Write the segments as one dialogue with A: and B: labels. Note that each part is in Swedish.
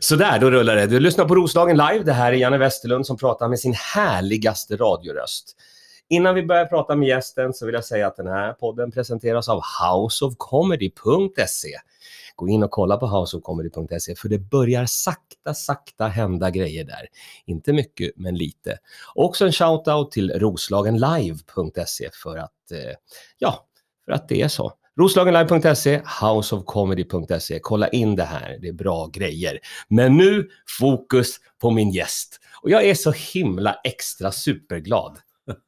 A: Sådär, då rullar det. Du lyssnar på Roslagen live. Det här är Janne Westerlund som pratar med sin härligaste radioröst. Innan vi börjar prata med gästen så vill jag säga att den här podden presenteras av houseofcomedy.se. Gå in och kolla på houseofcomedy.se för det börjar sakta, sakta hända grejer där. Inte mycket, men lite. Också en shoutout till roslagenlive.se för att, eh, ja, för att det är så. Roslagenlive.se, houseofcomedy.se. Kolla in det här, det är bra grejer. Men nu fokus på min gäst. Och jag är så himla extra superglad.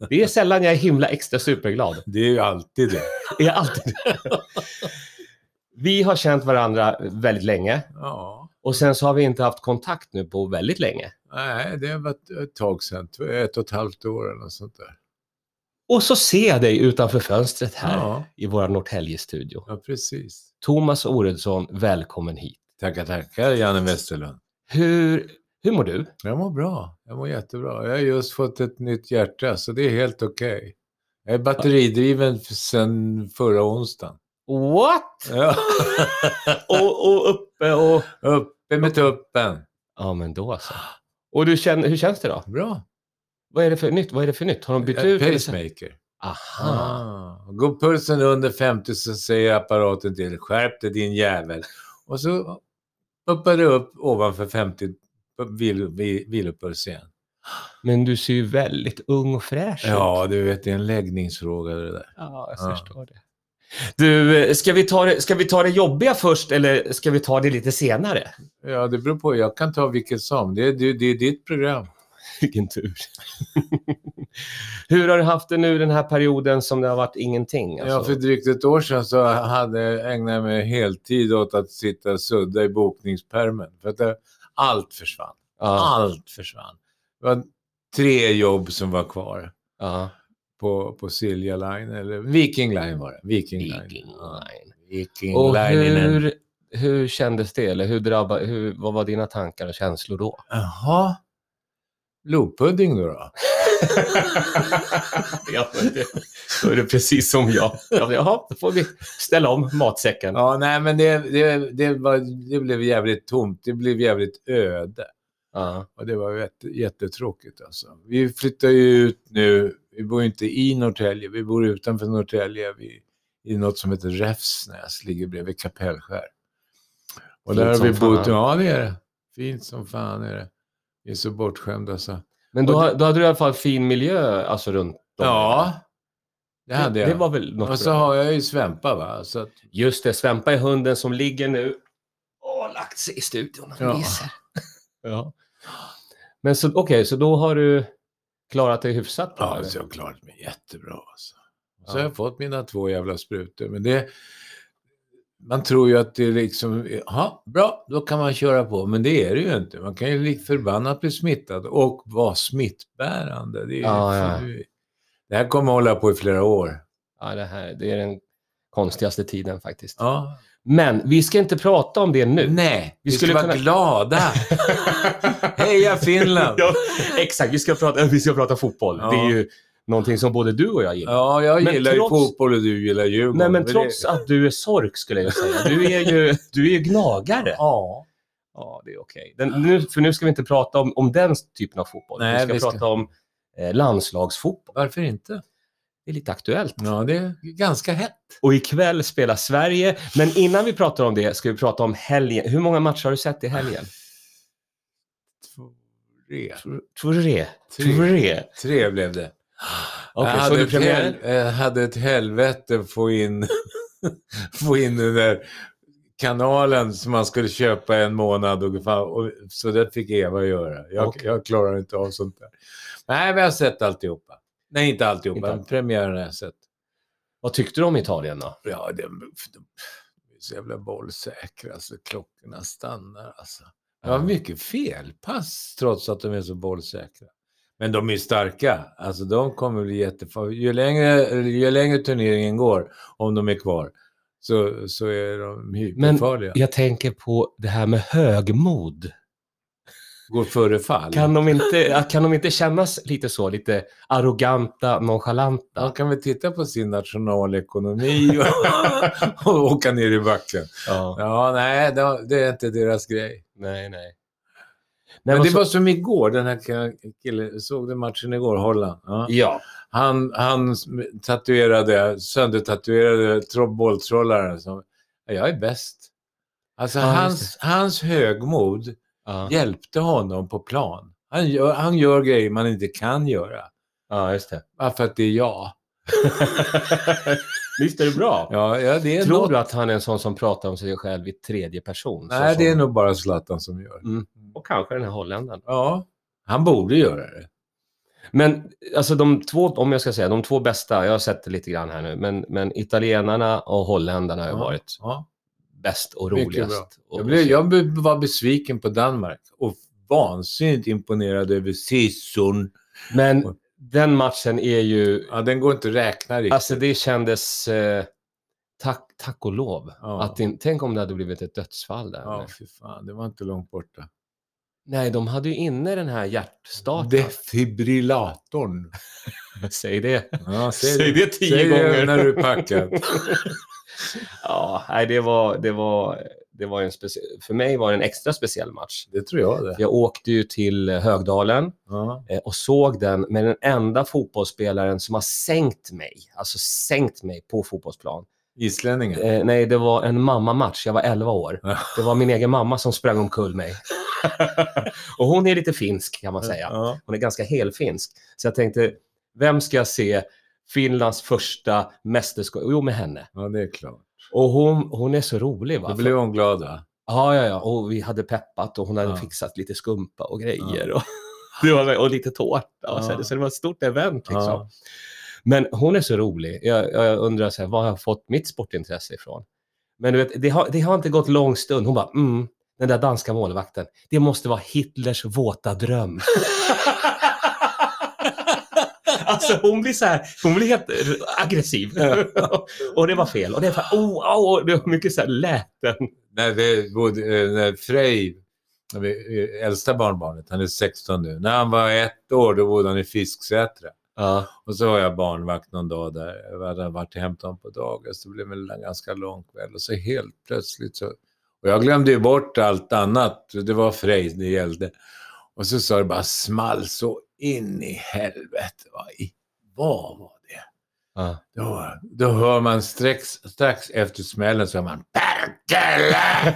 A: Det är sällan jag är himla extra superglad.
B: Det är ju alltid det.
A: Är jag alltid. Vi har känt varandra väldigt länge
B: Ja.
A: och sen så har vi inte haft kontakt nu på väldigt länge.
B: Nej, det var ett- ett tag sedan. Ett ett och ett halvt år eller något sånt där.
A: Och så ser jag dig utanför fönstret här
B: Ja,
A: i vår Norrtälje-studio.
B: ja precis.
A: Thomas Oredsson, välkommen hit.
B: Tackar, tackar Janne Westerlund.
A: Hur, hur mår du?
B: Jag mår bra. Jag mår jättebra. Jag har just fått ett nytt hjärta, så det är helt okej. Jag är batteridriven f- sedan förra onsdagen.
A: What?
B: Ja.
A: Och, och uppe och...
B: Uppe med tuppen.
A: Ja, men då så. Och du känner, hur känns det då?
B: Bra.
A: Vad är det för nytt? Vad är det för nytt? Har de bytt ut? eller så-
B: Pacemaker.
A: Aha.
B: Ah. Går pulsen under 50 så säger apparaten till skärp dig din jävel. Och så pumpar det upp ovanför 50 på vil, vil, vilopuls igen.
A: Men du ser ju väldigt ung och fräsch ut.
B: Ja, du vet det är en läggningsfråga det där.
A: Ja, jag
B: Ja.
A: förstår det. Du, eh, ska vi, ta det, ska vi ta det jobbiga först eller ska vi ta det lite senare?
B: Ja, det beror på. Jag kan ta vilket som. Det är, det, det är ditt program.
A: Vilken tur. Hur har du haft det nu den här perioden som det har varit ingenting? Alltså?
B: Ja, för drygt ett år sedan så hade, ägnade jag mig heltid åt att sitta och sudda i bokningspermen. För att det, allt försvann.
A: ja,
B: Allt försvann. Det var tre jobb som var kvar.
A: ja.
B: på, på Silja Line, eller Viking Line var det. Viking Line.
A: Viking
B: Ja.
A: Line.
B: Viking
A: Och
B: Line.
A: hur, hur kändes det? Eller hur drabba, hur, vad var dina tankar och känslor då?
B: Jaha. Blodpudding då, då?
A: ja, men det, då är det precis som jag. Ja, Jaha, då får vi ställa om matsäcken.
B: Ja, nej men det, det, det, var, det blev jävligt tomt. Det blev jävligt öde.
A: Ja.
B: Och det var jätte, jättetråkigt alltså. Vi flyttar ju ut nu. Vi bor ju inte i Norrtälje. Vi bor utanför Norrtälje. Vi, I något som heter Räfsnäs. Ligger bredvid Kapellskär. Och där
A: Fint
B: har vi
A: som
B: bott.
A: fan.
B: Ja, det är det. Fint som fan är det. Vi är så bortskämda så.
A: Men då,
B: Och
A: ha- då hade du i alla fall fin miljö alltså runt om.
B: Ja, det hade
A: det,
B: jag.
A: det var väl något
B: och så
A: bra.
B: har jag ju Svempa va. Så att,
A: Just det, Svempa är hunden som ligger nu och har lagt sig i studion. Han
B: Ja.
A: myser. ja. Men så, okej, så då har du klarat dig hyfsat? då,
B: ja,
A: eller?
B: så jag har klarat mig jättebra. Alltså. Så
A: Ja.
B: har jag fått mina två jävla sprutor. Men det, man tror ju att det är liksom, ja, bra, då kan man köra på. Men det är det ju inte. Man kan ju lik förbannat bli smittad och vara smittbärande. Det, är,
A: Ja, ja.
B: det här kommer hålla på i flera år.
A: ja, det här det är den konstigaste tiden faktiskt.
B: Ja.
A: Men vi ska inte prata om det nu.
B: Nej, vi,
A: skulle
B: skulle vara
A: kunna-
B: glada. Heja Finland!
A: Ja, exakt, vi ska prata, vi ska prata fotboll.
B: Ja.
A: Det är ju någonting som både du och jag gillar.
B: Ja, jag
A: Men
B: gillar
A: trots-
B: ju fotboll och du gillar Djurgården.
A: Nej, men
B: det-
A: trots att du är sork skulle jag säga. Du är ju, du är ju gnagare.
B: Ja.
A: Ja, det är okej. Den- Nu, för nu ska vi inte prata om, om den typen av fotboll.
B: Nej,
A: vi, ska
B: vi ska-
A: prata om eh, landslagsfotboll.
B: Varför inte?
A: Det är lite aktuellt.
B: Ja, det är ganska hett.
A: Och ikväll spelar Sverige. Men innan vi pratar om det ska vi prata om helgen. Hur många matcher har du sett i helgen?
B: Tre.
A: Tre.
B: Tre.
A: Tre.
B: Tre blev det.
A: Okej,
B: jag,
A: såg
B: hade
A: du
B: ett hel...
A: premiären?
B: jag hade ett helvete att få in, få in den där kanalen som man skulle köpa en månad. Och fan, och, så det fick Eva göra. Jag,
A: Okej.
B: jag klarar inte av sånt där. Nej, men jag har sett alltihopa. Nej, inte alltihopa.
A: Inte allt.
B: Premiären har jag sett.
A: Vad tyckte du om Italien då?
B: Ja, det, de är så jävla bollsäkra så klockorna stannar alltså. Det var
A: Ja.
B: mycket felpass trots att de är så bollsäkra. Men de är starka. Alltså de kommer bli jättefarliga. Ju längre, ju längre turneringen går, om de är kvar, så, så är de hyperfarliga.
A: Jag tänker på det här med högmod.
B: Går före fall.
A: Kan de inte, kan de inte kännas lite så? Lite arroganta, nonchalanta?
B: De kan väl titta på sin nationalekonomi och, och åka ner i backen.
A: Ja.
B: Ja, nej, det, det är inte deras grej.
A: Nej, nej. När
B: Men
A: var
B: det
A: så-
B: var som igår, den här killen, såg du matchen igår, Holland? Ja.
A: Ja,
B: Han, han tatuerade, söndertatuerade tro- bolltrollaren som, jag är bäst. Alltså
A: Ja, just
B: hans, hans högmod
A: ja.
B: hjälpte honom på plan. Han gör, han gör grejer man inte kan göra.
A: ja just det.
B: Bara för att det är jag.
A: Visst är det bra?
B: Ja, ja det är
A: Tror
B: något.
A: du att han är en sån som pratar om sig själv i tredje person? Så
B: Nej,
A: som-
B: det är nog bara Zlatan som gör.
A: Mm. Och kanske den här holländaren.
B: Ja, han borde göra det.
A: Men alltså de två, om jag ska säga, de två bästa, jag har sett det lite grann här nu, men, men italienarna och holländarna har ju
B: Ja.
A: varit
B: Ja.
A: bäst och
B: Mycket
A: roligast.
B: Jag,
A: att
B: blev,
A: se.
B: jag be- var besviken på Danmark och vansinnigt imponerad över Sisson.
A: Men den matchen är ju,
B: Ja, den går inte att räkna riktigt.
A: alltså det kändes, eh, tack, tack och lov.
B: Ja.
A: Att det, tänk om det hade blivit ett dödsfall där.
B: ja, fy fan, det var inte långt borta.
A: Nej, de hade ju inne den här hjärtstarten.
B: Defibrillatorn.
A: Säg det.
B: Ja, säg,
A: Säg det tio
B: säg
A: gånger.
B: när du packar.
A: Ja, nej, det var, det var, det var en specie- för mig var det en extra speciell match.
B: Det tror jag det.
A: Jag åkte ju till eh, Högdalen
B: Ja.
A: eh, och såg den med den enda fotbollsspelaren som har sänkt mig, alltså sänkt mig på fotbollsplan.
B: Islänningen.
A: Eh, nej, det var en mammamatch. Jag var 11 år.
B: Ja.
A: Det var min egen mamma som sprang omkull mig. och hon är lite finsk kan man säga.
B: Ja.
A: Hon är ganska helfinsk. Så jag tänkte, vem ska jag se Finlands första mästerskap? Jo, med henne.
B: ja, det är klart.
A: Och hon, hon är så rolig. Va?
B: Då blev hon glad. va?
A: Ja, ja, ja. Och vi hade peppat och hon hade
B: Ja.
A: fixat lite skumpa och grejer. Och, det var, och lite tårta. Och så,
B: Ja.
A: så det var ett stort event. Liksom.
B: Ja.
A: Men hon är så rolig. Jag, jag undrar så här, var har jag fått mitt sportintresse ifrån? Men du vet, det har, det har inte gått lång stund. Hon bara, mm, den där danska målvakten. Det måste vara Hitlers våta dröm. Alltså hon blir så här, hon blir helt aggressiv. och det var fel. Och det var, oh, oh, det var mycket så här läten.
B: När, vi bodde, eh, när Frej, när vi, eh, äldsta barnbarnet, han är 16 nu. När han var ett år då bodde han i Fisksätra.
A: Ja,
B: Och så var jag barnvakt någon dag där. Jag hade varit och hämtat honom på dagis. Det blev en l- ganska lång kväll. Och så helt plötsligt så... Och jag glömde ju bort allt annat. Det var Frej det gällde. Och så sa det bara small så in i helvete. Vad, i, vad var det?
A: ja.
B: Då, då hör man strax, strax efter smällen så hör man Perkele!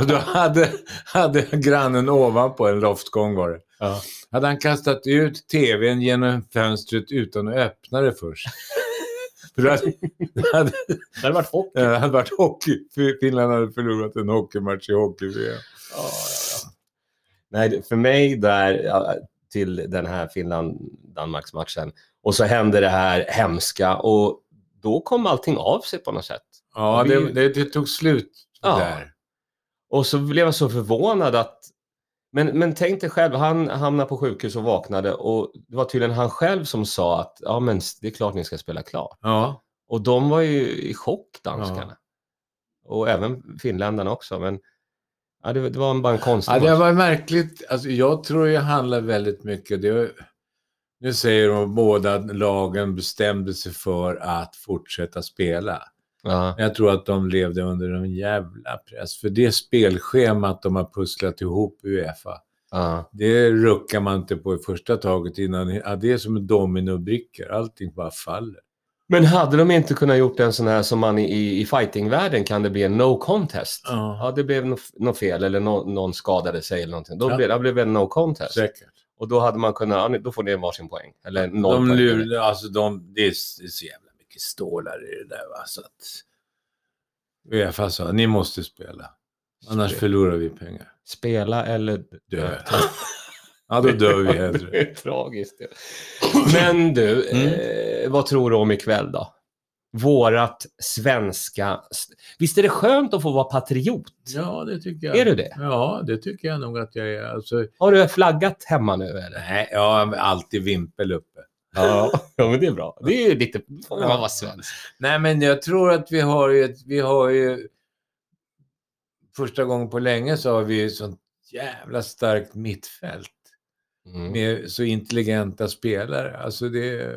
B: och då hade, hade grannen ovanpå en loftgång var det.
A: Ja.
B: Hade han kastat ut tvn genom fönstret utan att öppna det först. För då hade, då hade,
A: Det hade varit hockey.
B: det hade varit hockey. Finland hade förlorat en hockeymatch i hockey
A: Nej, det- för mig där ja, till den här Finland-Danmarks-matchen och så hände det här hemska och då kom allting av sig på något sätt.
B: Ja, det, det, det tog slut
A: Ja.
B: där.
A: Och så blev jag så förvånad att... Men, men tänk dig själv, han hamnade på sjukhus och vaknade och det var tydligen han själv som sa att ja, men det är klart ni ska spela klart.
B: Ja.
A: Och de var ju i chock, danskarna. Och även finländarna också, men ja, det, det var bara en konstig
B: Ja, det
A: match.
B: var märkligt. Alltså, jag tror det handlar väldigt mycket. Det, nu säger de att båda lagen bestämde sig för att fortsätta spela.
A: Ja.
B: Jag tror att de levde under en jävla press. För det spelschemat de har pusslat ihop i Uefa,
A: Ja.
B: det ruckar man inte på i första taget innan. Ja, det är som dominobrickor. Allting bara faller.
A: Men hade de inte kunnat gjort en sån här som man i- i, i fightingvärlden kan det bli en no contest. Ja, det blev något no fel eller nå- någon skadade sig eller någonting. Då
B: Ja.
A: blev, det blev en no contest.
B: Säkert.
A: Och då hade man kunnat, ja, ni- då får ni varsin poäng. Eller noll
B: De
A: poäng.
B: lurar, alltså de, det är, s- det är så jävla mycket stålar i det där va. Så att Uefa sa, ni måste spela. Annars
A: Spela.
B: förlorar vi pengar.
A: Spela eller
B: Dö. Ja, då dör vi hellre. Mm.
A: det är tragiskt. det. Men du, eh, vad tror du om ikväll då? Vårat svenska... Visst är det skönt att få vara patriot?
B: Ja, det tycker jag.
A: Är du det?
B: Ja, det tycker jag nog att jag är. Alltså,
A: Har du flaggat hemma nu eh? eller?
B: nej, jag har alltid vimpel uppe.
A: Ja, ja men det är bra. Det är ju lite... Då får man vara svensk.
B: Nej, men jag tror att vi har ju, ett, vi har ju första gången på länge så har vi ju ett sånt jävla starkt mittfält.
A: Mm.
B: med så intelligenta spelare. Alltså det,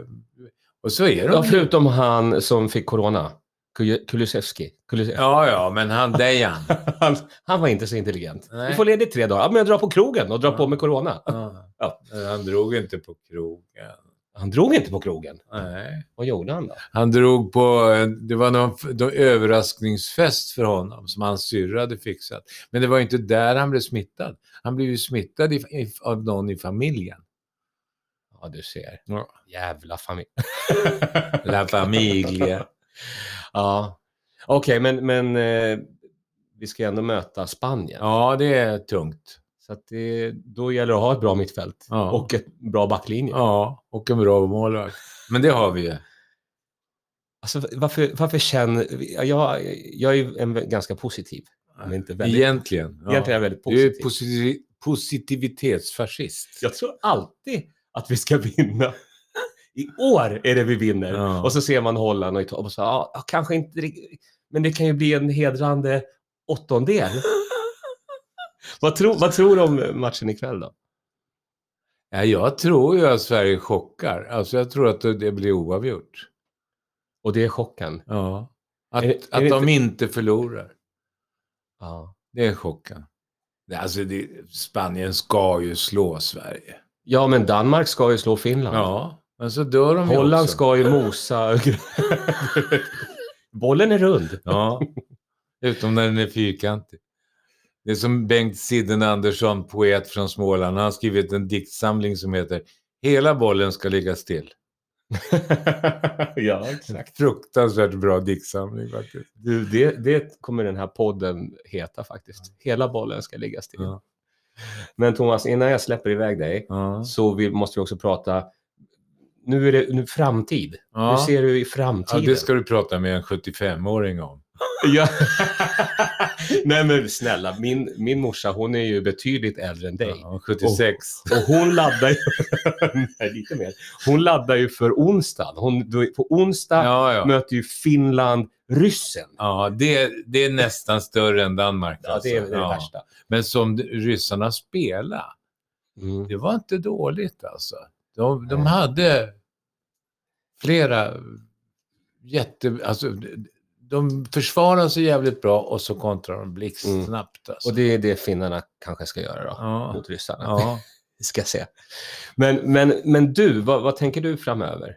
B: och så är de.
A: Ja, förutom han som fick corona. Kul- Kulusevski. Kuluse-
B: Ja, ja, men han Dejan.
A: han, han var inte så intelligent.
B: Nej.
A: Du får ledigt tre dagar. Ja, men jag drar på krogen och drar
B: Ja.
A: på med corona.
B: Ja.
A: Ja.
B: Han drog inte på krogen.
A: Han drog inte på krogen.
B: Nej.
A: Vad gjorde han då?
B: Han drog på, en- det var någon, f- någon överraskningsfest för honom som hans syrra hade fixat. Men det var ju inte där han blev smittad. Han blev ju smittad i, i, av någon i familjen.
A: Ja, du ser.
B: Ja.
A: Jävla familj.
B: La famiglia.
A: Ja. Okej, men, men eh, vi ska ju ändå möta Spanien.
B: Ja, det är tungt.
A: Så att det, då gäller det att ha ett bra mittfält
B: Ja.
A: och ett bra backlinje.
B: Ja, och en bra målvakt. Men det har vi ju.
A: Alltså, varför, varför känner... Jag, jag är ju en, ganska positiv. Men inte väldigt,
B: Egentligen. Ja.
A: Egentligen är jag väldigt
B: Du
A: positiv.
B: är posi- positivitetsfascist.
A: Jag tror alltid att vi ska vinna. I år är det vi vinner.
B: Ja.
A: Och så ser man Holland och Italien och så, ja, ja, kanske inte riktigt, men det kan ju bli en hedrande åttondel. vad, tror, vad tror du om matchen ikväll då?
B: Ja, jag tror ju att Sverige chockar. Alltså jag tror att det blir oavgjort.
A: Och det är chocken.
B: Ja. Att,
A: Är det- är
B: att
A: det
B: de inte förlorar.
A: Ja,
B: Det är chocken. Det- Alltså det, Spanien ska ju slå Sverige.
A: ja men Danmark ska ju slå Finland.
B: Ja, men så dör de ju
A: Holland
B: också.
A: ska ju mosa. Bollen är rund.
B: Ja, utom när den är fyrkantig. Det är som Bengt Sidden Andersson, poet från Småland. Han har skrivit en diktsamling som heter Hela bollen ska ligga still.
A: ja, exakt.
B: Fruktansvärt bra diktsamling faktiskt.
A: Du, det, det kommer den här podden heta faktiskt. Hela bollen ska ligga still.
B: Ja.
A: Men Thomas, innan jag släpper iväg dig
B: Ja.
A: så vi, måste vi också prata... Nu är det nu, framtid. Hur
B: Ja.
A: ser du i
B: ja,
A: framtiden?
B: det ska du prata med en 75-åring om.
A: Ja. Nej men snälla, min, min morsa hon är ju betydligt äldre än dig.
B: Ja, 76.
A: Och hon laddar ju... Nej, lite mer. Hon laddar ju för onsdag. Hon, då- på onsdag
B: Ja, ja.
A: möter ju Finland ryssen.
B: ja det, det är nästan större än Danmark.
A: Ja, det är det, är det
B: Alltså, Ja.
A: värsta.
B: Men som ryssarna spelade.
A: Mm.
B: det var inte dåligt alltså. De, de
A: Nej.
B: hade flera jätte... Alltså, de- de försvarade sig jävligt bra och så kontrade de blixtsnabbt. Alltså.
A: Mm. Och det är det finnarna kanske ska göra då,
B: ja,
A: mot ryssarna.
B: ja.
A: Vi ska se. Men, men, men du, vad, vad tänker du framöver?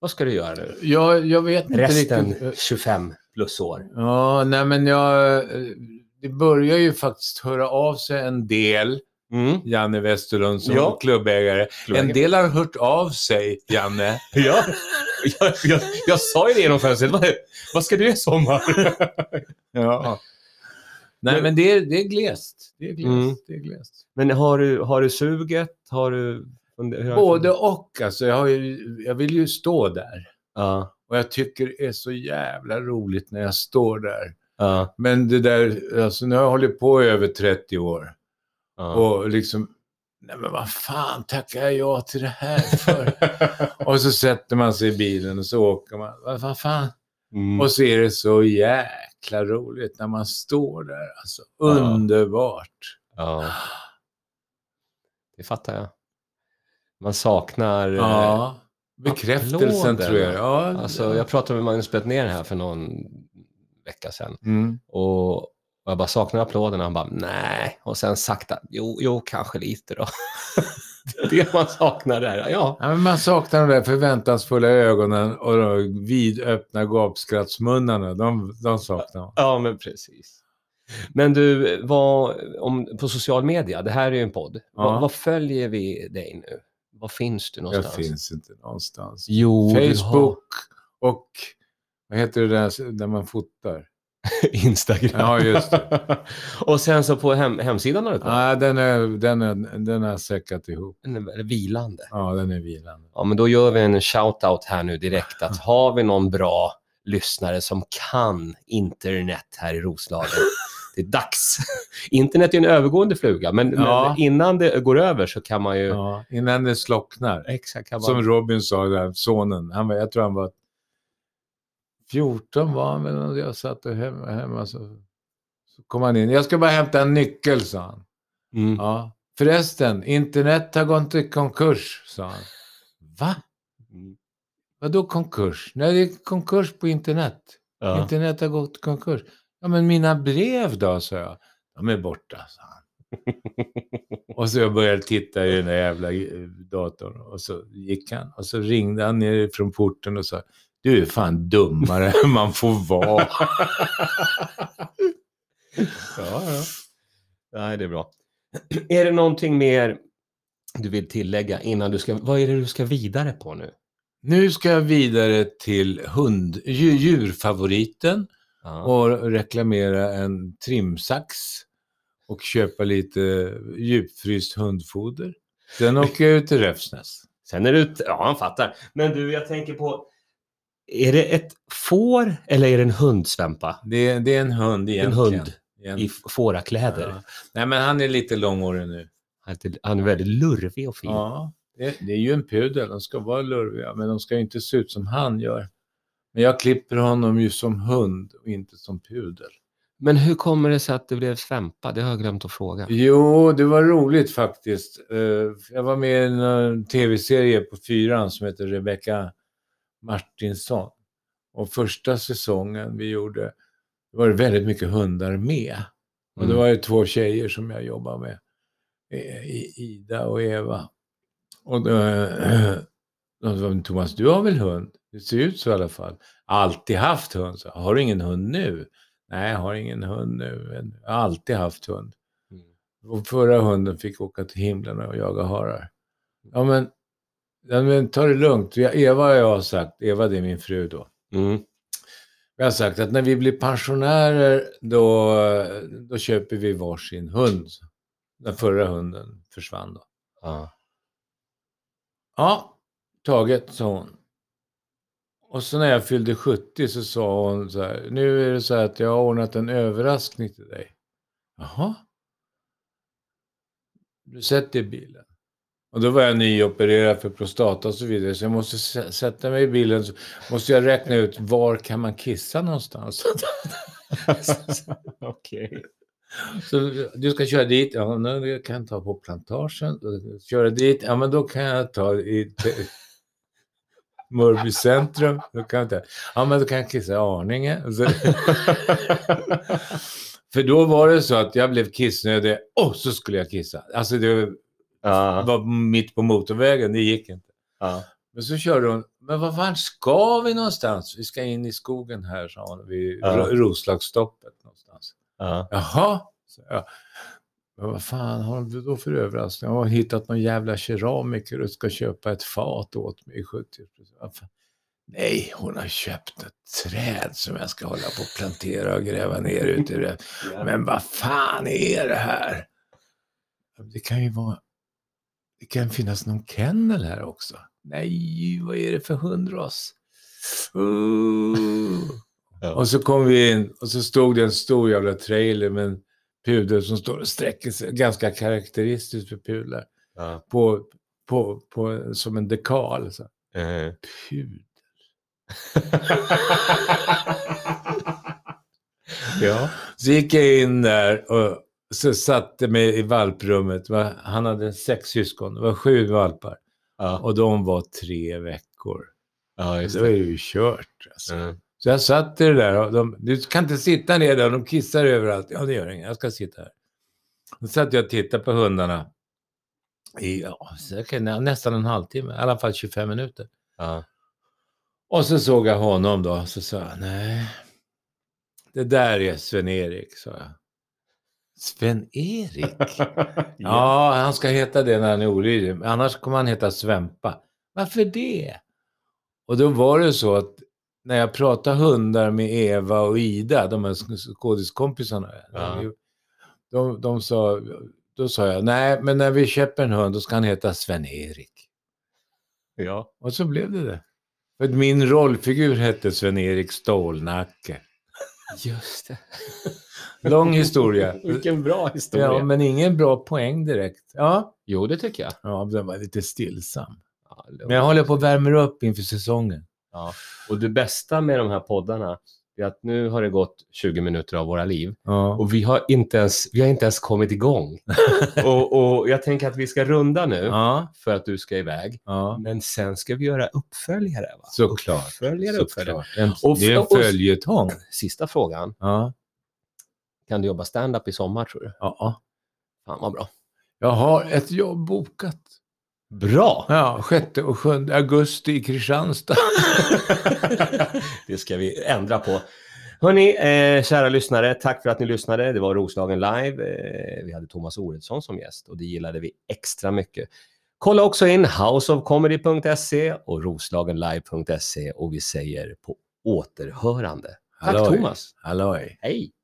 A: Vad ska du göra nu?
B: Jag, jag vet inte
A: Resten
B: riktigt.
A: 25 plus år.
B: Ja, nej men jag... eh, Det börjar ju faktiskt höra av sig en del,
A: Mm.
B: Janne Westerlund som
A: Ja.
B: klubbägare. En del har hört av sig, Janne.
A: Ja. Jag, jag, jag sa ju det genom fönstret. Vad, vad ska du i sommar?
B: Ja. Nej,
A: Men-
B: men det är, det är glest. Det är glest.
A: Mm.
B: Det är glest.
A: Men har du, har du suget? Har du... hur har-
B: Både och. Alltså, jag, har ju, jag vill ju stå där.
A: Ja.
B: Och jag tycker det är så jävla roligt när jag står där.
A: ja,
B: Men det där, alltså nu har jag hållit på i över 30 år.
A: ja.
B: Och liksom, nej men vad fan tackar jag ja till det här för? och så sätter man sig i bilen och så åker man. Vad vad fan?
A: Mm.
B: Och så är det så jäkla roligt när man står där. Alltså, underbart.
A: ja. Det fattar jag. Man saknar... eh,
B: Ja. Bekräftelsen
A: Applåder.
B: tror jag. Ja,
A: Alltså, jag pratade med Magnus Bettner här för någon vecka sedan.
B: mm.
A: Och jag bara saknar applåderna. Han bara nej. Och sen sakta, jo, jo kanske lite då. det är det man saknar där. Ja.
B: Ja, men man saknar de där förväntansfulla ögonen och de vidöppna gapskrattsmunnarna. De, de saknar man.
A: ja, men precis. Men du, vad, om, på social media, det här är ju en podd.
B: Ja.
A: Vad, vad följer vi dig nu? Var finns du
B: Jag
A: någonstans?
B: finns inte någonstans.
A: Jo,
B: Facebook och vad heter det där där man fotar?
A: du har Instagram.
B: Ja, just det.
A: och sen så på hem, hemsidan har du kvar.
B: Ja, den, är, den, är, den har säckat ihop.
A: Den är väl vilande.
B: Ja, den är vilande.
A: Ja, men då gör vi en shout-out här nu direkt att har vi någon bra lyssnare som kan internet här i Roslagen, det är dags. Internet är en övergående fluga, men,
B: Ja.
A: men innan det går över så kan man ju...
B: Ja, innan det slocknar.
A: Exakt, kan man...
B: Som Robin sa, där, sonen, han var, jag tror han var 14 var han väl, och jag satt och hemma, hemma så, så kom han in. Jag ska bara hämta en nyckel, sa han.
A: mm.
B: Ja. Förresten, internet har gått i konkurs, sa han. Va? Vadå konkurs? Nej, det är konkurs på internet.
A: Ja.
B: Internet har gått i konkurs. Ja, men mina brev då, sa jag. De är borta, sa han. och så jag började titta i den där jävla eh, datorn och så gick han och så ringde han ner från porten och sa du är fan dummare än man får vara. ja, ja.
A: Nej, det är bra. är det någonting mer du vill tillägga innan du ska... Vad är det du ska vidare på nu?
B: Nu ska jag vidare till hund, dju- djurfavoriten
A: Ja.
B: och reklamera en trimsax och köpa lite djupfryst hundfoder. Sen åker jag ut till Räfsnäs.
A: Sen är det ut... Ja, han fattar. Men du, jag tänker på... Är det ett får eller är det en hund, Svempa?
B: Det, är- det är en hund
A: En
B: egentligen.
A: hund i
B: Egentligen.
A: f- fårakläder.
B: Ja. Nej, men han är lite långårig nu.
A: Han är- Han är väldigt lurvig och fin.
B: Ja, det, det är ju en pudel. De ska vara lurviga, men de ska ju inte se ut som han gör. Men jag klipper honom ju som hund och inte som pudel.
A: Men hur kommer det sig att det blev Svempa? Det har jag glömt att fråga.
B: Jo, det var roligt faktiskt. Eh, Jag var med i en eh, tv-serie på fyran som heter Rebecca Martinsson. Och första säsongen vi gjorde det var det väldigt mycket hundar med. Och det
A: Mm.
B: var ju två tjejer som jag jobbade med. Eh, I- Ida och Eva. Och då, de sa, "Men Thomas, du har väl hund? Det ser ut så i alla fall. Alltid haft hund. Så, har du ingen hund nu? Nej, jag har ingen hund nu. men Jag har alltid haft hund.
A: Mm.
B: Och förra hunden fick åka till himlen och jaga harar. Ja, men, ja, men ta det lugnt. Vi- Eva och jag har sagt, Eva det är min fru då.
A: Mm.
B: Vi har sagt att när vi blir pensionärer då, då köper vi varsin hund. Den förra hunden försvann då.
A: Ja.
B: Ja, taget, sa hon. Och så när jag fyllde 70 så sa hon så här, nu är det så här att jag har ordnat en överraskning till dig. Jaha? Du sätter i bilen. Och då var jag nyopererad för prostata och så vidare, så jag måste sä- sätta mig i bilen, så måste jag räkna ut var kan man kissa någonstans?
A: Okej.
B: Så du ska köra dit, ja, men jag kan ta på plantagen. Köra dit, ja men då kan jag ta i te- Mörby centrum. Då kan jag ta. Ja men då kan jag kissa i Arninge. Och Så, för då var det så att jag blev kissnödig och så skulle jag kissa. Alltså det
A: Ja.
B: var mitt på motorvägen, det gick inte.
A: Ja.
B: Men så körde hon, men vad fan ska vi någonstans? Vi ska in i skogen här, sa hon, vid
A: Ja.
B: Ro- Roslagsstoppet någonstans.
A: Ja.
B: Jaha, sa jag. Men vad fan har du då för överraskning? Jag har hittat någon jävla keramiker och ska köpa ett fat åt mig i 70 Vad fan? Nej, hon har köpt ett träd som jag ska hålla på och plantera och gräva ner ute i det. Men vad fan är det här? Det kan ju vara... Det kan finnas någon kennel här också. Nej, vad är det för hundras? Ooh.
A: Ja.
B: Och så kom vi in och så stod det en stor jävla trailer med en pudel som står och sträcker sig, ganska karaktäristiskt för pudlar,
A: Ja.
B: på, på, på, som en dekal. Så. här,
A: Eh.
B: Pudel.
A: ja.
B: Så gick jag in där och så satte mig i valprummet. Det var- Han hade sex syskon, det var sju valpar.
A: Ja.
B: Och de var tre veckor.
A: ja, just
B: Det var
A: det.
B: ju kört. Alltså.
A: Ja.
B: Så jag satt i det där och de, du kan inte sitta ner där, de kissar överallt. Ja, det gör inget, jag ska sitta här. Då satt jag och tittade på hundarna i ja, säkert nä- nästan en halvtimme, i alla fall 25 minuter.
A: Ja.
B: Och så såg jag honom då, så sa jag, nej, det där är Sven-Erik, sa jag. Sven-Erik? Ja, han ska heta det när han är olydig. men Annars kommer han heta Svempa. Varför det? Och då var det så att när jag pratade hundar med Eva och Ida, de här sk- skådiskompisarna,
A: Ja.
B: de, de sa, då sa jag, nej, men när vi köper en hund, då ska han heta Sven-Erik.
A: ja.
B: Och så blev det det. För att min rollfigur hette Sven-Erik Stålnacke.
A: Just det.
B: Lång historia.
A: Vilken bra historia.
B: ja, men ingen bra poäng direkt. Ja,
A: Jo, det tycker jag.
B: ja den var lite stillsam.
A: Ja,
B: Men jag håller på att värma upp inför säsongen.
A: Ja. Och det bästa med de här poddarna, det är att nu har det gått 20 minuter av våra liv
B: Ja.
A: och vi har inte ens, vi har inte ens kommit igång. och, och jag tänker att vi ska runda nu
B: Ja.
A: för att du ska iväg.
B: ja.
A: Men sen ska vi göra uppföljare. Va?
B: Såklart.
A: Uppföljare, uppföljare.
B: Såklart. En,
A: Och-
B: det är en
A: och- och-
B: följetong.
A: Sista frågan.
B: Ja.
A: Kan du jobba stand-up i sommar tror du?
B: Ja.
A: Fan vad bra.
B: Jag har ett jobb bokat.
A: Bra!
B: Ja, 6 och 7 augusti i Kristianstad.
A: det ska vi ändra på. Hörni, eh, kära lyssnare, tack för att ni lyssnade. Det var Roslagen live. Eh, vi hade Thomas Oredsson som gäst och det gillade vi extra mycket. Kolla också in houseofcomedy.se och roslagenlive.se och vi säger på återhörande. Tack
B: Halloj.
A: Thomas.
B: Halloj.
A: Hej!